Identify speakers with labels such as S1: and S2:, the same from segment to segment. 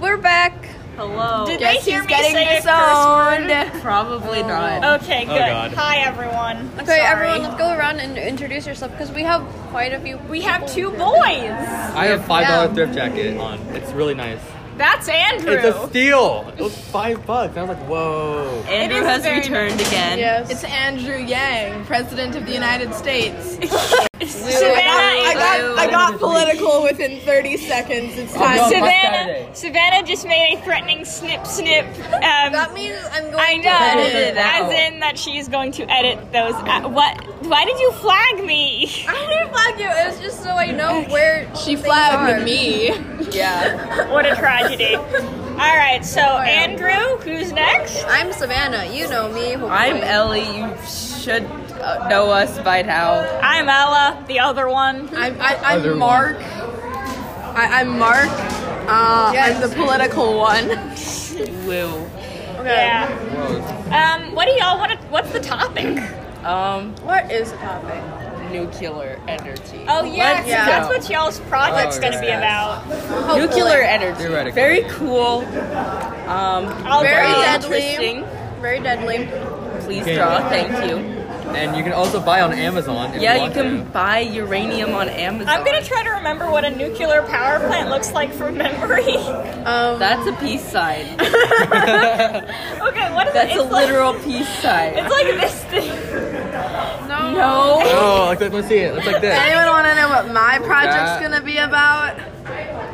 S1: we're back.
S2: Hello.
S3: Did
S1: Guess
S3: they hear
S1: he's
S3: me
S1: getting
S3: say
S1: this
S3: a curse
S1: owned.
S3: word?
S2: Probably not.
S3: Okay,
S4: Oh,
S3: good.
S4: God.
S3: Hi, everyone. I'm
S1: Okay,
S3: sorry.
S1: everyone, let's go around and introduce yourself because we have quite a few.
S3: We have two boys.
S4: I have five dollar
S1: Yeah.
S4: thrift jacket on. It's really nice.
S3: That's Andrew.
S4: It's a steal. It was five bucks. I was like, whoa.
S2: Andrew
S3: is
S2: has
S3: very
S2: returned again.
S1: Yes.
S5: It's Andrew Yang, President of the United States.
S3: Savannah,
S5: I got, I got political within 30 seconds. It's time.
S4: no.
S3: Savannah, Savannah just made a threatening snip snip. Um,
S1: that means I'm going
S3: I
S1: to
S3: know,
S1: edit it.
S2: it out.
S3: as in that she's going to edit those. Uh, what? Why did you flag me?
S1: I didn't flag you. It was just so I know where
S5: She
S1: are.
S5: flagged me.
S1: Yeah.
S3: what a tragedy. All right, so Andrew, who's next?
S1: I'm Savannah. You know me. Hopefully.
S2: I'm Ellie. You should uh, know us by now.
S3: I'm Ella, the other one.
S5: I'm, I,
S4: Other
S5: I'm Mark. I, I'm Mark. Uh, I'm the political one.
S2: Woo.
S3: Yeah. Um, what do y'all want? to What's the topic?
S2: Um,
S1: What is the topic?
S2: nuclear energy.
S3: Oh yeah, 'cause
S1: yeah.
S3: that's what y'all's project's
S4: Oh,
S3: gonna be
S4: yes.
S3: about.
S2: nuclear energy.
S4: Theoretically.
S2: Very cool. Um,
S3: I'll
S1: Very
S2: very
S3: draw.
S1: deadly.
S2: interesting.
S1: Very deadly.
S2: Please
S4: Okay.
S2: draw. Thank you.
S4: And you can also buy on Amazon. If
S2: Yeah, you
S4: want
S2: can
S4: to.
S2: buy uranium on Amazon.
S3: I'm gonna try to remember what a nuclear power plant looks like from memory.
S1: Um,
S2: That's a peace sign.
S3: okay, what is
S2: That's
S3: it?
S2: a
S3: It's like-
S2: literal peace sign.
S3: It's like this thing.
S2: No.
S4: Oh, like, that- let's see it. Looks like this.
S5: Anyone want to know what my project's
S4: That-
S5: going to be about?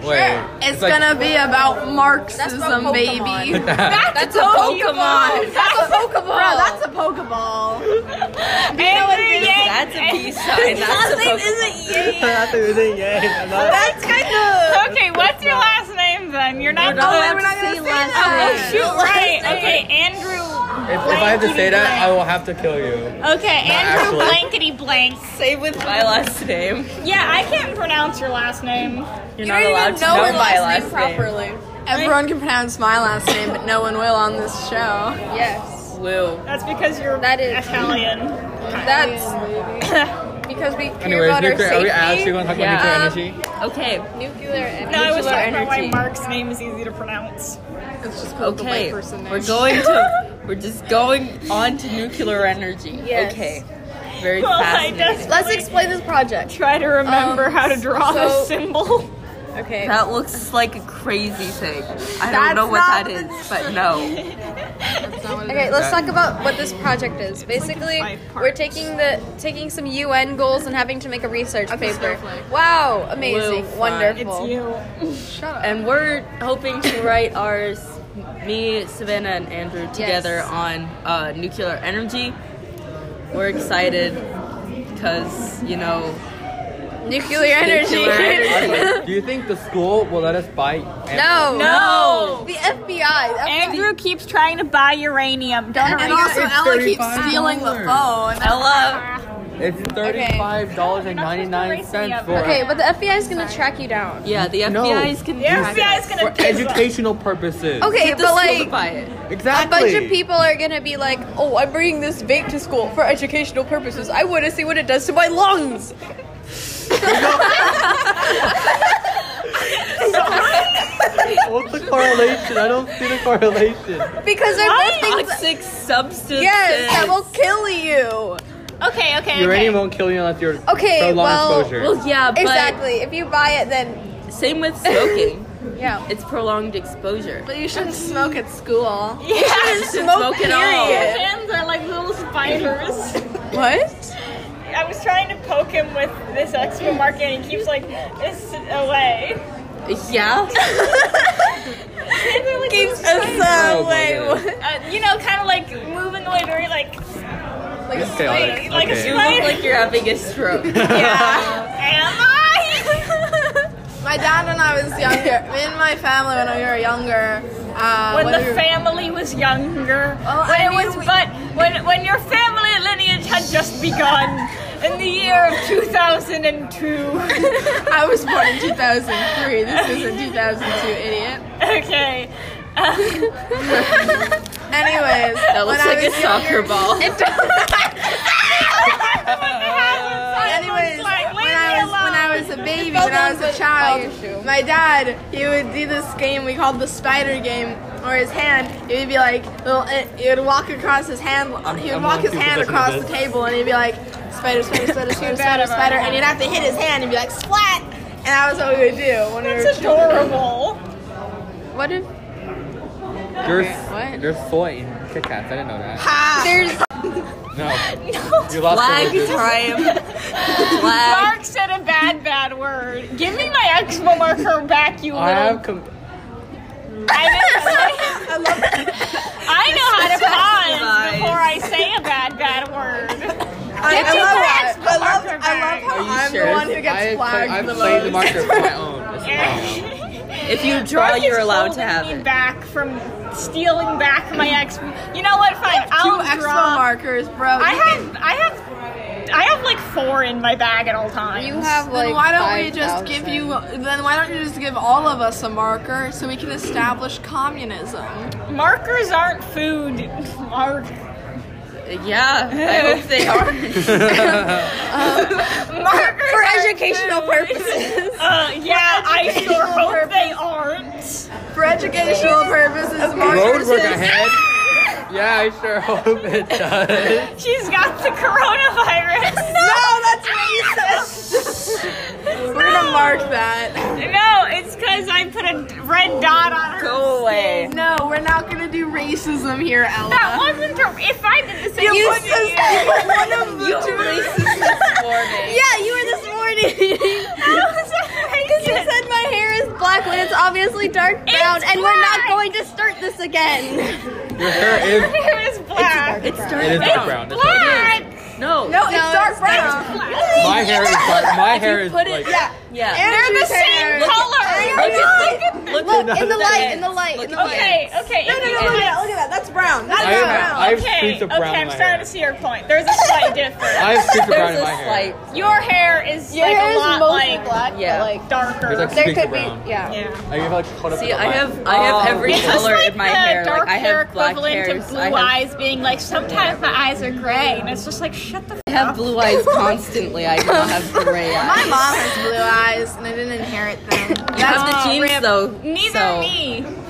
S4: Wait.
S5: It's,
S4: like-
S5: gonna be about Marxism,
S1: That's about Pokemon.
S5: baby.
S4: Look at that.
S3: That's
S2: a Pokemon.
S3: That's a Pokemon.
S5: Bro, that's a Pokeball.
S3: Andrew Yang.
S2: That's a peace sign. That's
S3: Last
S2: a
S3: name
S2: Pokemon.
S3: isn't Yang.
S4: That's a- it's a yay. I love it.
S5: That's kind
S3: Okay, what's your last name then? You're not.
S2: not allowed
S5: we're not gonna say
S2: say last
S5: that.
S2: name.
S3: Oh shoot! Right. Okay, Andrew.
S4: If, if I have to say that, I will have to kill you.
S3: Okay, Andrew
S4: actually.
S3: blankety blank.
S2: Same with my last name.
S3: Yeah, I can't pronounce your last name.
S2: You're
S5: don't
S2: not
S5: even
S2: allowed to
S5: know
S2: know
S5: her
S2: my
S5: last
S2: last name.
S1: properly.
S5: Everyone can pronounce my last name, but no one will on this show.
S1: Yes.
S2: Woo.
S3: That's because you're
S1: That is-
S3: Italian.
S1: That's because we care
S4: Anyways,
S1: about our
S4: nuclear,
S1: safety.
S4: are we actually going to talk
S2: Yeah.
S4: about nuclear energy?
S2: Okay.
S1: Nuclear energy.
S3: No, I was
S2: Nuclear
S3: talking about why
S2: energy.
S3: Mark's name is easy to pronounce.
S5: It's just called
S2: Okay.
S5: the white person name.
S2: We're going to. We're just going on to nuclear energy.
S1: Yes.
S2: Okay. Very
S3: Well, I
S2: fascinating.
S3: just
S1: Let's explain this project.
S3: try to remember
S1: Um,
S3: how to draw
S1: so-
S3: the symbol.
S1: Okay.
S2: That looks like a crazy thing. I
S5: That's
S2: don't know what
S5: not
S2: that is,
S5: the-
S2: but no.
S5: That's not what it
S1: Okay,
S5: is.
S1: let's talk about what this project is. Basically,
S3: five parts.
S1: we're taking the taking some UN goals and having to make a research paper.
S5: snowflake.
S1: Wow, amazing,
S2: Woo, fun.
S1: wonderful.
S3: It's you.
S5: Shut up.
S2: And we're hoping to write ours, me, Savannah, and Andrew together on uh, nuclear energy. We're excited because you know
S1: Nuclear energy.
S2: Nuclear energy.
S4: Okay, Do you think the school will let us buy Amazon?
S1: no.
S3: No.
S1: The FBI. the
S3: Andrew keeps trying to buy uranium. Don't
S5: And
S3: worry.
S5: also,
S4: It's
S5: Ella keeps
S4: $35.
S5: stealing the phone.
S2: Ella.
S4: It's thirty-five dollars and ninety-nine cents for
S1: Okay, but the FBI is gonna track you down.
S2: Yeah, the
S4: No.
S2: FBI is
S3: The
S2: confused.
S3: FBI is
S4: for
S3: gonna pick us up.
S4: educational purposes.
S1: Okay,
S2: Get the
S1: but
S2: school to
S1: like.
S2: buy it.
S1: A
S4: exactly.
S1: bunch of people are gonna be like, "Oh, I'm bringing this vape to school for educational purposes. I want to see what it does to my lungs."
S4: What's the correlation? I don't see the correlation.
S1: Because they're both things.
S2: Toxic substances.
S1: Yes, that will kill you.
S3: Okay, okay, okay.
S4: Uranium won't kill you unless you're
S1: Okay,
S4: prolonged
S1: well-
S4: exposure.
S2: Well, yeah, but
S1: Exactly. If you buy it, then
S2: same with smoking.
S1: yeah.
S2: it's prolonged exposure.
S5: But you shouldn't smoke at school.
S3: Yeah.
S2: smoke, at all.
S3: His hands are like little spiders.
S1: What?
S3: I was trying to poke him with this expo market and he keeps like this away.
S2: Yeah.
S3: And they're, like, little spiders.
S4: Oh, boy.
S3: Uh, you know, kind of like moving away very like
S4: It's chaotic.
S3: like- like a
S2: You
S4: okay.
S2: look like you're having a stroke.
S3: am I?
S5: My dad, when I was younger, me and my family, when we were younger, uh,
S3: when the
S5: we were-
S3: family was younger.
S5: Well,
S3: when
S5: I
S3: it
S5: mean,
S3: was
S5: we-
S3: but when when your family lineage had just begun in the year of 2002.
S5: I was born in 2003. This isn't 2002, idiot.
S3: okay. Um,
S5: Anyways,
S2: That
S5: when
S2: looks
S5: I
S2: like a
S5: was
S2: soccer ball.
S3: Anyways,
S5: Anyways, when I was when I was a baby
S1: fell
S5: when I
S1: down
S5: was
S1: my-
S5: a child,
S1: my shoe.
S5: my dad, he would do this game we called the spider game, or his hand, it would be like, little, it, it would walk across his hand, he would
S4: I'm
S5: walk
S4: one
S5: his
S4: people
S5: hand
S4: that can
S5: across
S4: do
S5: the
S4: this.
S5: table, and he'd be like, spider, spider, spider, spider, spider, spider, and he'd have to hit his hand and be like, splat! And that was what we would do when we were
S3: That's adorable.
S5: What if?
S4: You're,
S5: what?
S4: you're soy in Kit Kats. I didn't know that.
S1: There's
S4: No.
S3: No.
S4: You lost
S2: Flag
S4: me with this.
S2: time. Flag.
S5: Uh,
S3: Mark said a bad, bad word. Give me my Expo marker back, you
S4: I
S3: little.
S4: have comp-
S3: I, didn't say- I know
S2: Specifies.
S3: how to pause before I say a bad, bad word.
S5: I, I
S3: your
S5: love
S3: back,
S5: that. I love,
S3: Parker
S5: I
S3: back.
S5: love how
S4: Are you
S5: I'm
S4: sure?
S5: the one who gets
S4: I
S5: flagged
S4: Play, I
S5: the
S4: played the
S5: most.
S4: marker for my own. It's fine.
S2: If you draw,
S3: Mark is
S2: you're allowed to
S3: holding
S2: have
S3: me
S2: it.
S3: back from stealing back my Expo. You know what? Fine.
S5: Two
S3: I'll
S5: extra
S3: draw.
S5: markers, bro.
S3: I
S5: You can-
S3: have, I have, I have like four in my bag at all times.
S1: you have like.
S5: Then why don't we
S1: 5,000.
S5: just give you? Then why don't you just give all of us a marker so we can establish communism?
S3: markers aren't food. Mark.
S2: Yeah, I hope they are.
S3: Markers
S1: for
S3: aren't
S1: educational
S3: food.
S1: purposes?
S3: Uh, yeah, I sure hope they aren't.
S5: For educational purposes,
S4: Road
S5: markers.
S4: work ahead. Yeah, I sure hope it does.
S3: She's got the coronavirus.
S5: No, that's what you said. We're gonna mark that.
S3: No, it's because I put a red dot on her.
S2: Go away.
S5: No, we're not gonna do racism here, Ella.
S3: That wasn't a. If I did the same
S5: You
S3: thing to
S5: said-
S3: you,
S2: You racist this morning.
S1: Yeah, you were this morning.
S3: that was
S1: You
S3: racist.
S1: said my hair is black when it's obviously dark brown, and we're
S3: black!
S1: not going to start this again.
S4: Your hair is.
S3: It was black.
S2: It's dark
S4: It is dark brown. That's right.
S3: black.
S2: No.
S5: no, it's dark brown.
S4: My hair is dark. My hair is
S1: Put
S4: like.
S1: it, yeah.
S2: Yeah.
S5: They're
S3: They're the same color.
S2: Look at look, look,
S5: Oh,
S1: Look,
S2: at
S1: in the
S2: that
S1: light,
S2: end.
S1: in the light, in the light.
S3: Okay, okay.
S5: No,
S3: if
S5: no,
S3: you
S5: no, look at
S3: guys-
S5: that. Look at that. That's brown. That's
S4: I have,
S5: brown.
S4: I have
S3: Okay,
S4: streaks of
S3: okay,
S4: brown in
S3: I'm
S4: my
S3: starting
S4: hair.
S3: to see your point. There's a slight difference.
S4: I have streaks of brown
S2: There's
S4: in
S2: a
S4: my hair.
S2: slight.
S3: Your hair is
S1: Your
S3: like
S1: hair
S3: a
S1: is
S3: lot
S1: mostly
S3: like
S1: black, but,
S2: Yeah.
S1: like
S3: darker.
S4: There's like
S1: there
S4: streaks
S1: could
S4: of
S1: be,
S4: brown.
S1: yeah.
S3: yeah.
S4: I have like caught up
S2: See,
S4: in Oh my
S2: I
S4: hair.
S2: have I have every
S3: It's just
S2: color
S3: like
S2: in my
S3: the
S2: hair.
S3: dark
S2: Like I
S3: hair
S2: have black
S3: equivalent
S2: hairs.
S3: to blue
S2: I have,
S3: eyes being like sometimes my eyes are gray, and it's just like shut the. F-
S2: I have blue eyes constantly. I do not have gray
S5: My
S2: eyes.
S5: mom has blue eyes, and I didn't inherit them.
S2: You have the genes though.
S3: Neither
S2: so.
S3: me.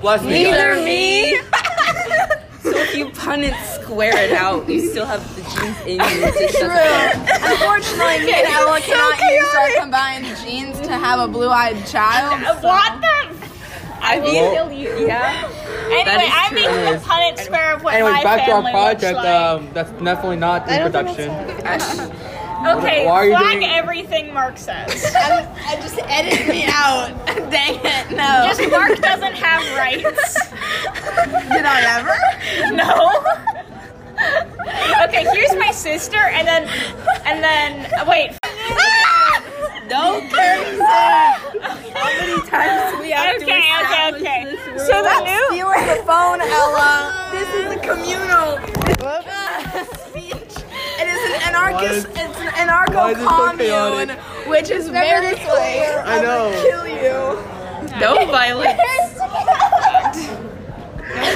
S4: Bless me.
S2: Neither
S4: guys.
S2: me. so if you pun it, square it out. You still have the genes in you. It's just-
S5: Unfortunately, me and Ella cannot use our combined genes to have a blue-eyed child.
S3: what the?
S2: I
S4: Well-
S2: mean, yeah.
S3: Anyway,
S2: is
S3: I'm
S2: true.
S3: making a Punnett square of what
S4: Anyways,
S3: my
S4: back to our
S3: family looks
S4: project.
S3: like.
S4: Um, that's definitely not in
S1: don't think
S4: production.
S3: okay,
S4: why are you
S3: flag
S4: doing-
S3: everything Mark says.
S5: I, I just edit me out. Dang it!
S2: Oh.
S5: No.
S3: just Mark doesn't have rights.
S5: did I ever?
S3: No. okay, here's my sister, and then, and then, wait.
S2: No curses. How many times do we have to
S3: Okay, okay,
S2: establish
S3: okay.
S2: this rule?
S3: So the new.
S5: You were the phone, Ella. This is a communal speech. It is an anarchist. It's
S4: Why
S5: an
S4: why is it
S5: anarcho
S4: so
S5: commune,
S4: chaotic?
S5: which is very clear.
S4: I know.
S5: Kill you.
S2: no violence.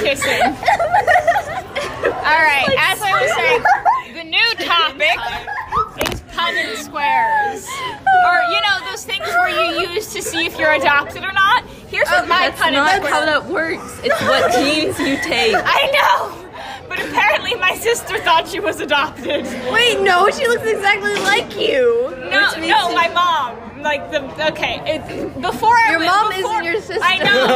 S3: kissing. All right, as I was saying, the new topic is pun and squares, or you know those things where you use to see if you're adopted or not. Here's what my
S2: That's
S3: pun and
S2: not
S3: square.
S2: how that works. It's what genes you take.
S3: I know, but apparently my sister thought she was adopted.
S1: Wait, no, she looks exactly like you.
S3: No,
S2: Which means
S3: no,
S2: you-
S3: my mom. Like the okay, it, before I
S1: Your
S3: went-
S1: mom isn't
S3: before-
S1: your sister.
S3: I know.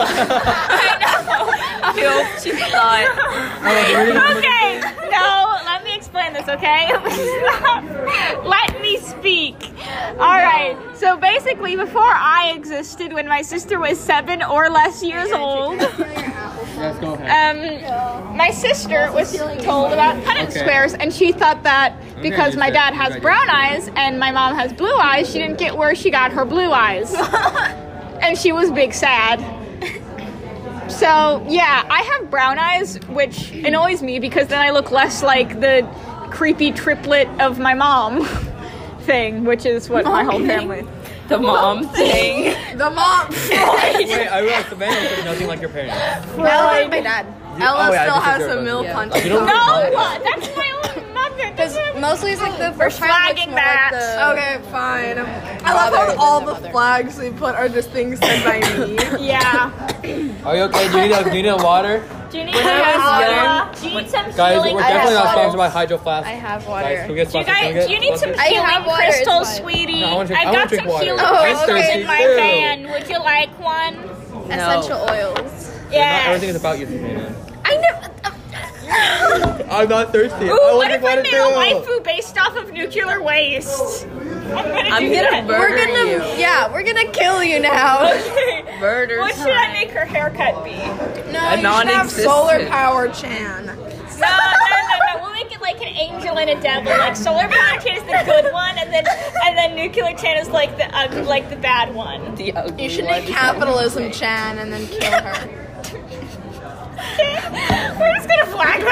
S3: I know.
S2: I hope she thought.
S3: okay, no, let me explain this, okay? let me speak. All right, so basically, before I existed, when my sister was seven or less years old,
S4: Yes, go ahead.
S3: um, my sister was told about pennant
S4: Okay.
S3: squares, and she thought that because
S4: you
S3: my
S4: said-
S3: dad
S4: you
S3: has
S4: got your
S3: brown
S4: point.
S3: eyes and my mom has blue eyes, she didn't get where she got her blue eyes. and she was big sad. So, yeah, I have brown eyes, which annoys me because then I look less like the creepy triplet of my mom thing, which is what my whole family.
S2: The mom thing.
S5: The mom. Uh,
S4: Wait, I realized Savannah looks like nothing like your parents.
S5: Ella, my dad.
S4: oh,
S5: Ella
S4: yeah, I
S5: still
S4: think
S5: has
S4: you're
S5: a
S4: right.
S5: mill
S2: Yeah.
S5: punch.
S4: You don't
S3: No, that's my own mother.
S5: Because
S3: doesn't
S1: mostly it's like the first try looks
S3: flagging
S1: more like
S3: that.
S1: the.
S5: Okay, fine. I love
S1: Father
S5: how
S1: than
S5: all
S1: the
S5: the
S1: mother.
S5: flags we put are just things said by me.
S3: Yeah.
S4: Are you okay? Do you need a, do you need a water?
S3: Do you need
S2: When I was
S3: some Do you need some
S4: Guys,
S3: healing
S4: we're
S1: have
S4: definitely not
S1: water.
S4: sponsored by Hydro Flask.
S1: I have
S4: Guys,
S1: water.
S4: can we get
S3: Do you
S4: sponsored? Can we
S3: guys,
S4: get
S3: do you need some
S4: sponsored?
S1: I have
S3: healing
S1: water, it's
S3: crystals,
S1: fine.
S3: sweetie?
S4: No, I wanna drink- I
S3: I've
S4: wanna
S3: got
S4: drink
S3: some
S4: water.
S3: healing
S1: Oh,
S3: crystals
S1: okay.
S3: in my
S4: Ew.
S3: van. Would you like one?
S1: Essential oils.
S4: Not everything is
S3: Yes.
S4: about you, Savannah.
S1: I never.
S4: I'm not thirsty.
S3: Ooh,
S4: I
S3: what
S4: want
S3: if I
S4: to water
S3: made a
S4: too.
S3: waifu based off of nuclear waste? I'm gonna
S2: I'm
S3: do
S2: gonna
S3: that.
S1: We're
S2: murder
S1: gonna.
S2: you.
S1: Yeah, we're gonna kill you now.
S3: Okay.
S2: Murder
S3: What should I make her haircut be?
S5: No, you should have
S2: non-existent.
S5: solar power, Chan.
S3: No, no, no, no. We'll make it like an angel and a devil. Like solar power Chan is the good one, and then and then nuclear Chan is like the ugly, like the bad one.
S2: The ugly
S5: You should
S2: one.
S5: name capitalism, Chan, and then kill her.
S3: Okay. We're just gonna flag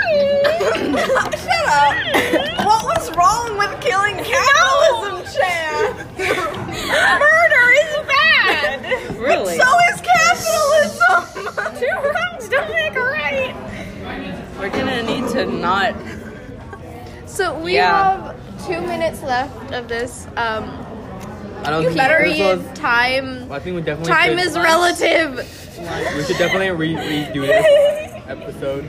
S3: that.
S5: Shut up. What was wrong with killing capitalism, Chan?
S3: Murder is bad.
S2: Really?
S5: So is capitalism.
S3: Two wrongs don't make a right.
S2: We're gonna need to not.
S1: So we
S2: Yeah.
S1: have two minutes left of this um,
S4: I don't think this was-
S1: period time.
S4: I think we definitely
S1: Time
S4: should,
S1: is relative.
S4: we should definitely re- redo this episode.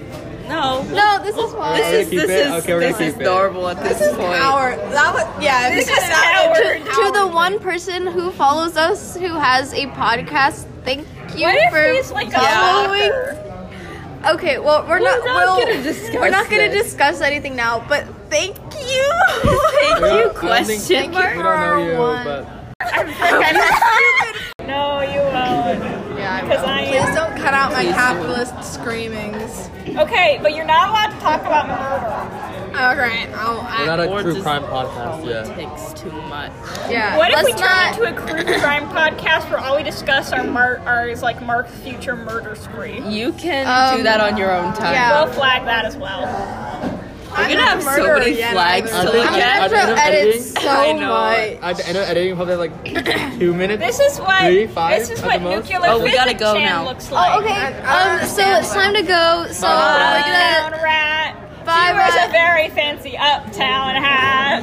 S2: No.
S1: No, this is why.
S4: This
S2: This is
S4: keep
S2: this
S4: it?
S2: is
S4: Okay, we're gonna
S2: this is
S4: keep it.
S2: normal at this, point.
S5: Our that was yeah. This is
S1: to, to the one person who follows us who has a podcast, thank you
S3: What if
S1: for
S3: he's like a
S1: following. Okay, well we're not,
S2: not
S1: we'll-
S2: gonna discuss
S1: we're not gonna
S2: this.
S1: discuss anything now, but thank you.
S2: Thank
S4: We
S2: you,
S4: don't- I don't think-
S2: question
S4: We
S2: mark.
S4: don't know you,
S1: One.
S4: but
S3: No, you won't.
S5: Yeah, I
S3: Because
S5: will.
S3: I
S5: Please
S3: am.
S5: don't cut out my capitalist screamings.
S3: Okay, but you're not allowed to talk about murder.
S5: Alright, I'll
S4: we're not
S5: I,
S2: Or
S4: a true
S2: just-
S4: crime podcast yet.
S2: Takes too much.
S5: yeah.
S3: What if we
S1: let's
S3: turn
S1: not-
S3: into a crew crime podcast where all we discuss are Mark, are is like Mark's future murder spree?
S2: You can
S1: Um,
S2: do that on your own time.
S1: yeah.
S3: We'll flag that as well.
S5: I'm
S2: You're gonna have so
S5: murderer
S2: many
S5: yet
S2: flags
S5: either.
S2: to
S4: think-
S2: look
S1: I'm gonna
S4: I
S2: at.
S1: have
S4: don't
S1: to
S4: know
S1: edit
S4: editing.
S2: I
S1: so
S2: know.
S1: much.
S4: At the end of editing, probably like two minutes.
S3: This is what
S4: Three, five
S3: this is
S4: at
S3: what
S4: the most.
S3: nuclear
S2: Oh, we gotta
S3: physics
S2: go
S3: Chan
S2: now.
S3: looks
S1: Oh,
S3: like.
S1: okay.
S5: I
S1: Um, so it's time to go. So uh,
S2: Bye.
S1: we're gonna
S3: Uptown rat.
S1: Bye,
S3: she wears
S1: rat.
S3: a very fancy uptown hat.